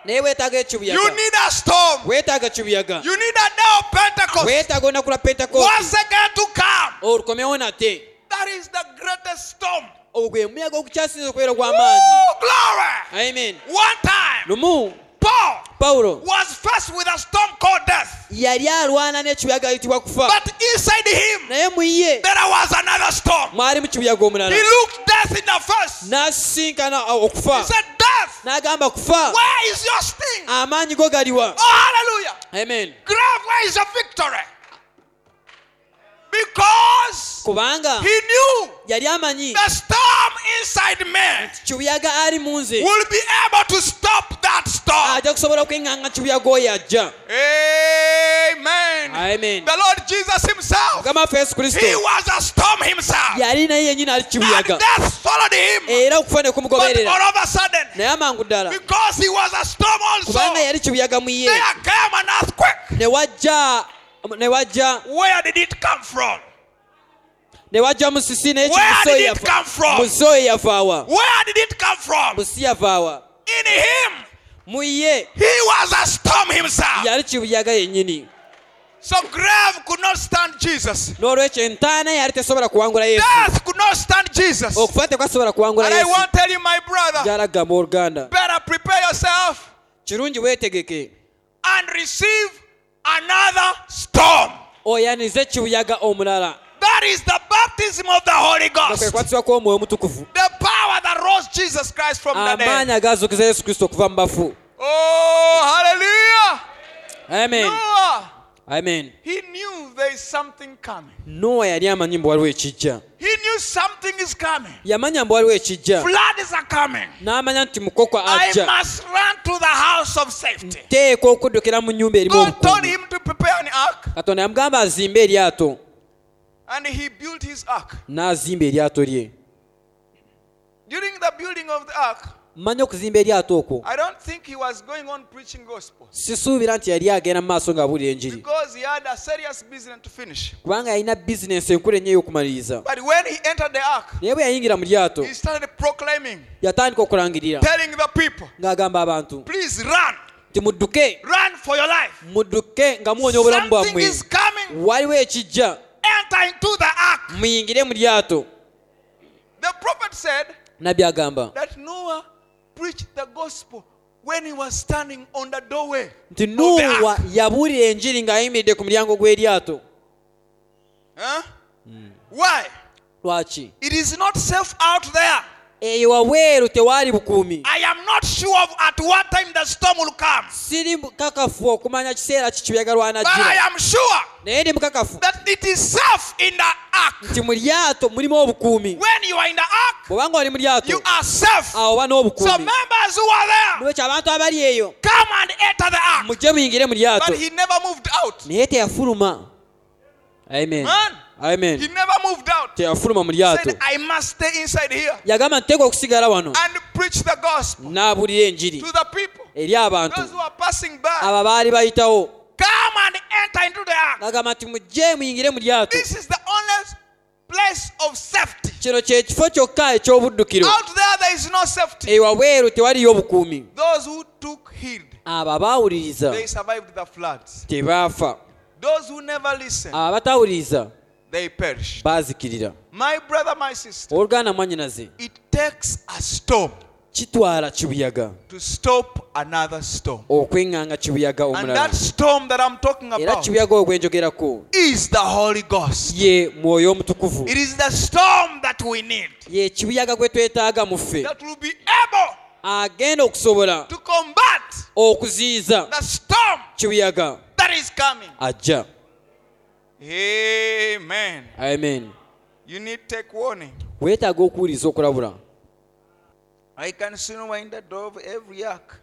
naye weetaaga You ekibuyaga need a storm. weetaaga kibuyaga You need a day of Pentecost. weetaaga olunaku lwa pentekooti Once again to come. olukomewo nate That is the greatest storm. ogwe muyaga ogukyasinza okubeera ogw'amaanyi Woo, glory. amen One time, lumu Paul pawulo was first with a storm called death. yali alwana n'ekibuyaga ayitibwa kufa But inside him, naye mu ye there was another storm. mwali mu kibuyaga omulala He looked death in the face. n'asisinkana uh, He okufa said, Death, n'agamba kufa where is your sting? amaanyi go galiwa Oh, hallelujah. amen Grave, where is your victory? Because kubanga he knew yali amanyi the storm inside man kibuyaga ali mu nze will be able to stop that storm. ajja kusobola okweŋŋanga kibuyaga oyo ajja Amen. amen The Lord Jesus himself, mukama waffe yesu he kristo was a storm himself. yali naye yennyini ali And kibuyaga death followed him. era okufa ne But kumugoberera all of a sudden, naye amangu ddala because he was a storm also, kubanga yali kibuyaga mu ye there came an earthquake. ne wajja ne wajja Where did it come from? ne wajja musisi Where did it n'ekimusoyo come from? yavaawa Where did it come from? musi yavaawa In him, mu ye he was a storm himself. yali kibuyaga yennyini So grave could not stand Jesus. n'olwekyo entaana yali tesobola kuwangula yesu Death could not stand Jesus. And okufa tekwasobola kuwangula I yesu want to tell you, my brother, njala gamba oluganda better prepare yourself kirungi weetegeke and receive another storm. oyanize kibuyaga omulala That is the baptism of the Holy nga kwe Ghost. kwatisibwa kw'omwoyo omutukufu The power that rose Jesus Christ from the amaanyi dead. agazuukiza yesu kristo okuva mu bafu Oh, amen hallelujah. Noah, amen Oh, he knew there is something coming. nowa yali amanyi mbu waliwo ekijja He knew something is coming. yamanya mbu waliwo ekijja Floods are coming. n'amanya nti mukoko I ajja must run to the house of safety. teeka okuddukira mu nnyumba erimu God told obukuumi him to prepare an ark, katonda yamugamba azimbe eryato and he built his ark. n'azimba eryato lye During the building of the ark, mmanyi okuzimba eryato okwo I don't think he was going on preaching gospel sisuubira nti yali agenda mu maaso ng'abuulira enjiri because he had a serious business to finish. kubanga yalina bizinensi enkulu ennyo ey'okumaliriza But when he entered the ark, naye bwe yayingira mu lyato he started proclaiming, yatandika okulangirira telling the people, ng'agamba abantu "Please run, nti mudduke run for your life. mudduke nga muwonya obulamu Something bwammwe is coming. waliwo ekijja Enter into the ark." muyingire mu lyato The prophet said nabbi agamba that Noah preached the gospel when he was standing on the doorway. nti of the nuuwa ark. yabuulira enjiri ng'ayimiridde ku mulyango gw'eryato Huh? Why? lwaki It is not safe out there. eyo wabweru tewaali bukuumi I am not sure of at what time the storm will come. siri mukakafu okumanya kiseera ki kibuyaga But I lwanajjira am sure naye ndi mukakafu that it is safe in the ark. nti mu lyato mulimu obukuumi When you are in the ark, bw'oba ng'oli mu you lyato are safe. awo oba So n'obukuumi members who are there, nolwekyo abantu abali eyo come and enter the ark. mujje muyingire mu lyato But he never moved out. naye teyafuluma amen Man, amen he never moved out. teyafuluma mu He lyato said, I must stay inside here yagamba nteeka okusigala wano and preach the gospel n'abuulira enjiri to the people. eri abantu Those who are passing by, abo baali bayitawo come and enter into the ark. ngagamba nti mujje muyingire mu lyato This is the only place of safety. kino kyekifo kyokka eky'obuddukiro Out there, there is no safety. ewabweru tewaliyo obukuumi Those who took heed, abo abaawuliriza they survived the floods. tebaafa Those who never listened, abo abataawuliriza they perished. baazikirira My brother, my sister, oluganda mwannyinaze it takes a storm kitwala kibuyaga to stop another storm. okweŋŋanga kibuyaga And omulala that storm that I'm talking era about kibuyaga ogwe njogerako is the Holy Ghost. ye mwoyo omutukuvu It is the storm that we need ye kibuyaga gwe twetaaga mu ffe that will be able agenda okusobola to combat okuziyiza the storm kibuyaga that is coming. ajja Amen. amen You need take warning. weetaaga okuwuliriza okulabula I can see no in the door of every ark,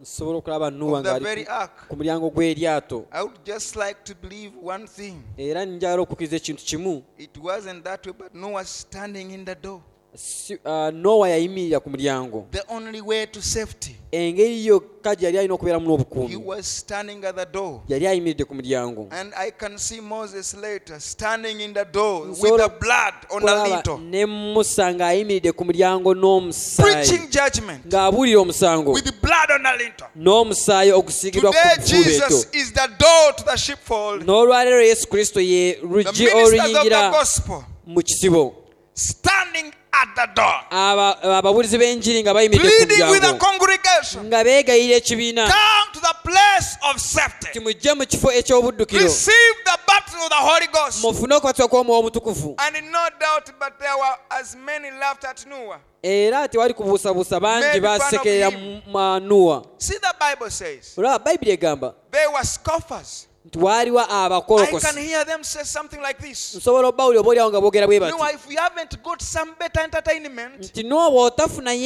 nsobola okulaba nuwa of the very ng'ali ku- ark. ku mulyango gw'eryato I would just like to believe one thing. era njagala okukkiriza ekintu kimu It wasn't that way, but Noah standing in the door. Si- ah, nowa yayimirira ku mulyango The only way to safety. engeri yokka gye yali alina okubeeramu He n'obukuumi was standing at the door. yali ayimiridde ku mulyango And I can see Moses later standing in the door with Nsobola the blood on a Kulaba little, ne musa ng'ayimiridde ku mulyango n'omusaayi preaching judgment ng'abuulira omusango with blood on a little. n'omusaayi ogusiigirwa ku Today, kkubo etyo Jesus is the door to the sheepfold. n'olwaleero yesu kristo ye The luggi ministers of the oluyingira gospel mu kisibo standing at the door, Aba- ababuulizi b'enjiri nga bayimiridde ku pleading with the mulyango congregation. nga beegayirira ekibiina Come to the place of ti safety. mujje mu kifo eky'obuddukiro Receive the baptism of the Holy Ghost. mufune okubatibwa kw'omwoyo omutukufu And no doubt, but there were as many laughed at Noah. era tewali kubuusabuusa bangi Made fun of baasekerera him. manuwa See, the Bible says olaba bayibuli egamba they were scoffers. nti waaliwo Oh, I can abakolokosi hear them say something like this. nsobola obbawuli obaolyawo nga boogera bwe bati Noah, if we haven't got some better entertainment nti nooba otafunayo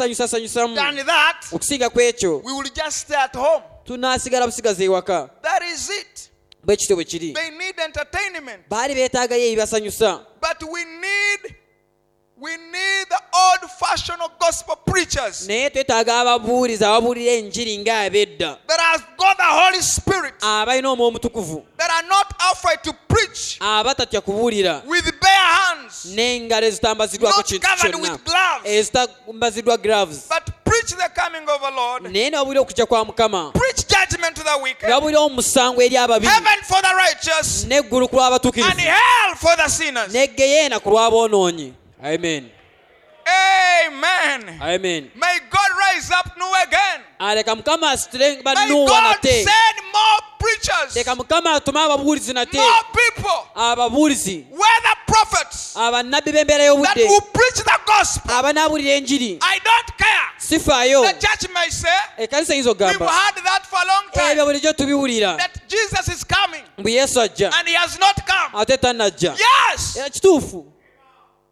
ebikusanyusasanyusamu than that, okusinga ku ekyo we will just stay at home. tunaasigala busigaza ewaka That is it. bwe kityo bwe kiri They need entertainment. baali beetaagayo ebibasanyusa But we need we need the old fashioned gospel preachers naye twetaaga ababuulizi ababuulira enjiri ng'ab'edda that have got the Holy Spirit abalina omwoyo omutukuvu that are not afraid to preach abatatya kubuulira with bare hands, n'engalo ezitambazibwako not kintu covered kyonna with gloves, ezitambaziddwa gloves but preach the coming of the Lord. naye n'obuulira okujja kwa mukama Preach judgment to the wicked, babuulira omusango eri ababi heaven for the righteous, n'eggulu ku and lw'abatuukirivu hell for the sinners. n'eggeyeena ku lw'aboonoonyi amen Amen. amen May God rise up new again. aleka mukama asitule May bannuwa God nate send more preachers, leka mukama atume ababuulizi nate more people, ababuulizi whether prophets. abannabbi b'embeera that y'obudde will preach the gospel. abanaabuulira enjiri I don't care. sifaayo The church may say, ekkanisa eyinza we've okugamba heard that for a long ebyo time, bulijjo tubiwulira that Jesus is coming mbu yesu ajja and he has not come. ate tannajja Yes, era kituufu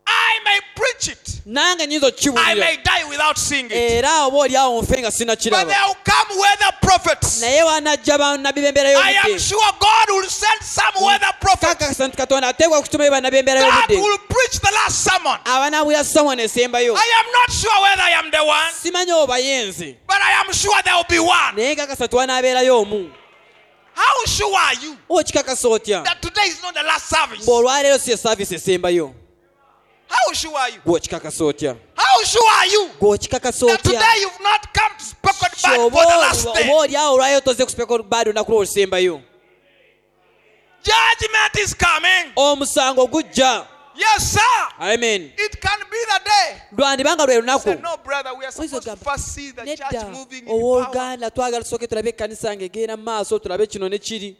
I may preach it. nange nyinza I okukiwulira may die without seeing it. era oba oli awo nfe nga But there sinakiraba will come weather prophets. naye wanajja bannabbi b'embeera I am y'obudde sure God will send some weather prophets kakasa nti katonda ateekwa kutumayo bannabbi b'embeera that y'obudde will preach the last sermon. abanaawulira samuwano esembayo I am not sure whether I am the one, simanyi oba yenze but I am sure there will be one. naye kakasa twanaabeerayo omu How sure are you okikakasa otya that today is not the last service? ng'olwaleero si esaaviisi esembayo How sure are you? gw'okikakasa otya How sure are you? gw'okikakasa that otya today you've not come to speak with Kyo man for oba the last oba day. oli awo olwayo toze kusipeka baadi olunaku lw'olusembayo Judgment is coming. omusango gujja Yes, sir. amen It can be the day. lwandibanga lwe lunaku Say, no, brother, we are supposed to Oyinza first see the church nedda moving in Oh, power. owooluganda twagala tusooke tulabe ekkanisa nga egenda mu maaso tulabe kino ne kiri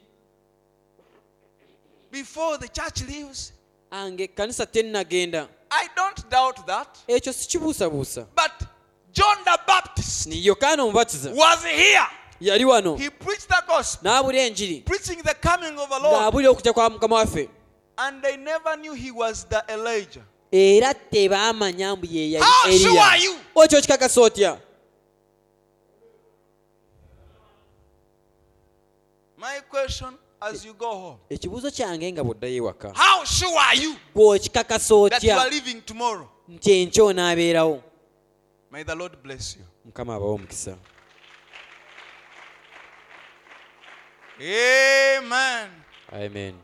Before the church leaves, ange ekkanisa tennagenda I don't doubt that. ekyo sikibuusabuusa But John the Baptist ni yokaana omubatiza was here. yali wano He preached the gospel, n'abulira enjiri preaching the coming of the Lord. ng'abulira okujja kwa mukama waffe And they never knew he was the Elijah. era tebaamanya mbu ye yali How sure eriya are you? okyo kikakasa otya question as you go home ekibuuzo kyange nga bw'oddayo ewaka How sure are you gw'okikakasa that you otya are leaving tomorrow? nti enkya onaabeerawo May the Lord bless you. mukama abawo omukisa Amen. amen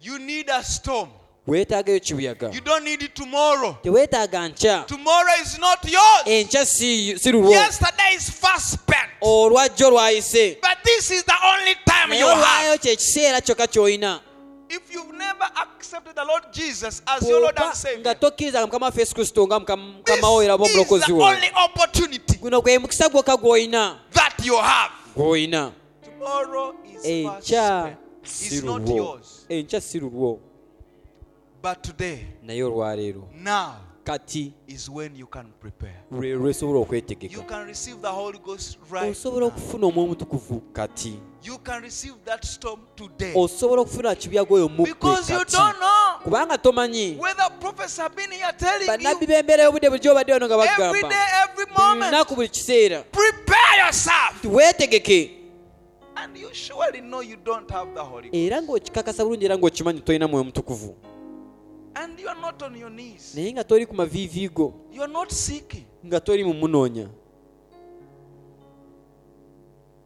You need a storm. weetaagayo kibuyaga You don't need it tomorrow. teweetaaga nkya Tomorrow is not yours. enkya si si lulwo Yesterday is fast spent. Oh. olwajjo lwayise But this is the only time naye you have. olwayo kyekiseera kyokka ky'olina If you've never accepted the Lord Jesus as your Lord bw'oba and Savior, nga tokkirizanga mukama waffe yesu kristo nga Mukama- this is mukama wo era oba omulokozi the wo only opportunity guno gwe mukisa gwokka gw'olina that you have. gw'olina Tomorrow is fast enkya spent. si It's not lulwo yours. enkya si lulwo But today, naye olwaleero now kati is when you can prepare. lwe lwesobola You okwetegeka can receive the Holy Ghost right osobola now. okufuna omwoyo omutukuvu kati You can receive that storm today. osobola okufuna kibuyaga oyo mukwe Because you kati don't know kubanga tomanyi whether prophets have been here telling bannabbi you b'embeera y'obudde bulijjo obadde bano nga every bagamba day, every moment. lunaku buli kiseera Prepare yourself. nti weetegeke And you surely know you don't have the Holy Ghost. era ng'okikakasa bulungi era ng'okimanyi tolina mwoyo mutukuvu And you are not on your knees. naye nga toli ku maviivi go You are not seeking. nga toli mu munoonya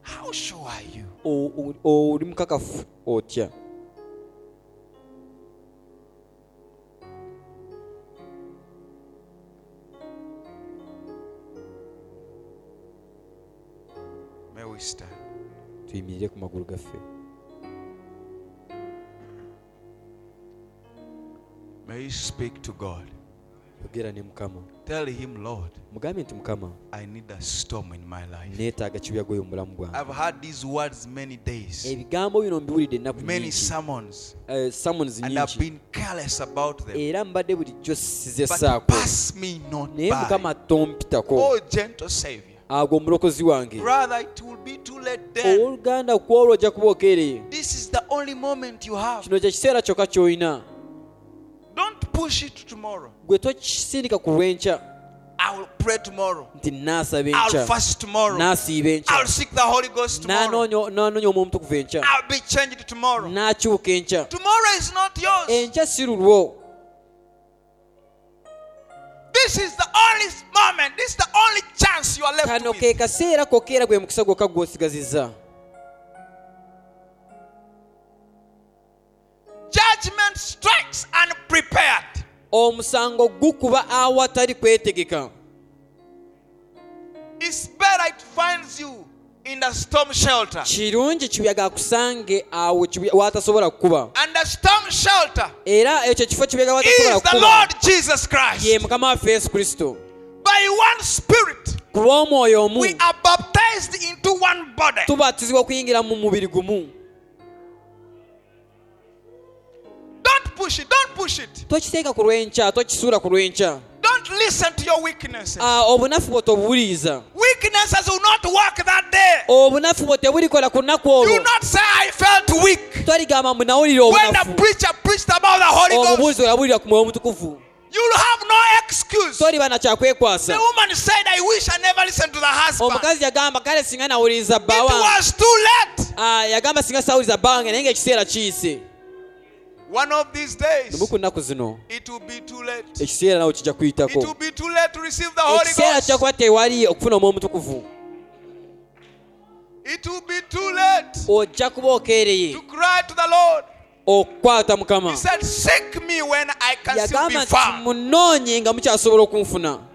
How sure are you? O- o- o- oli mukakafu otya May we stand. tuyimirire ku magulu gaffe May you speak to God. yogera ne mukama Tell Him, Lord, mugambe nti mukama I need a storm in my life. neetaaga kibuyaga oyo mu bulamu bwange I've had these words many Eh, days, ebigambo bino mbiwulidde ennaku many nyingi sermons, eh, summons and I've nyingi been careless about them. era mbadde bulijjo But sizesaako pass me not naye by. mukama tompitako Oh, gentle Savior. agwo omulokozi wange Brother, it will be too late then. owooluganda ku olwo ojja kuba okereye This is the only moment you have. kino kyekiseera kyokka ky'olina Don't push it tomorrow. gwe tokisindika ku lw'enkya I will pray tomorrow. nti naasaba enkya I'll fast tomorrow. naasiiba enkya I'll seek the Holy Ghost tomorrow. N'anoonya- n'anoonya omwoyo omutukuvu enkya I'll be changed tomorrow. n'akyuka enkya Tomorrow is not yours. enkya si lulwo This is the only moment. This is the only chance you are left kano with. ke kaseera kokeera gwe mukisa gwokka gw'osigazizza Judgment strikes unprepared. omusango gukuba awatali kwetegeka It's better it finds you in the storm shelter. kirungi kibuyaga akusange awo kibuya- w'atasobola kukuba And the storm shelter era ekyo kifo kibuyaga w'atasobola is the Lord kukuba Jesus ye Christ. mukama waffe yesu kristo By one spirit, ku lw'omwoyo omu we are baptized into one body. tubatizibwa okuyingira mu mubiri gumu Don't push it. Don't push it. tokiteeka ku lw'enkya tokisuula ku lw'enkya Don't listen to your weaknesses. Ah, obunafu bwe tobuwuliriza Weaknesses will not work that day. obunafu bwe tebulikola ku nnaku You olwo will not say, I felt weak. toligamba mwe nawulira When the obunafu preacher preached about the Oh, Holy Ghost, omubuuzi olabulira ku mwoyo omutukuvu you'll have no excuse. The toliba nakyakwekwasa woman said, I wish I never listened to the husband. omukazi yagamba kale singa nawuliriza bba It wange was too late. Ah, yagamba singa sawuliriza bba wange naye ngaekiseera kiyise One of these days, nomu ku nnaku zino it will be too late. ekiseera nawe kijja It will kuyitako be too late to receive the Holy ekiseera kijja Ghost. kuba tewali okufuna omwoyo omutukuvu It will be too late ojja kuba okeereye to cry to the Lord. okukwata mukama He said, Seek me when I can still be yagamba nti found. munoonye nga mukyasobola okunfuna Oh.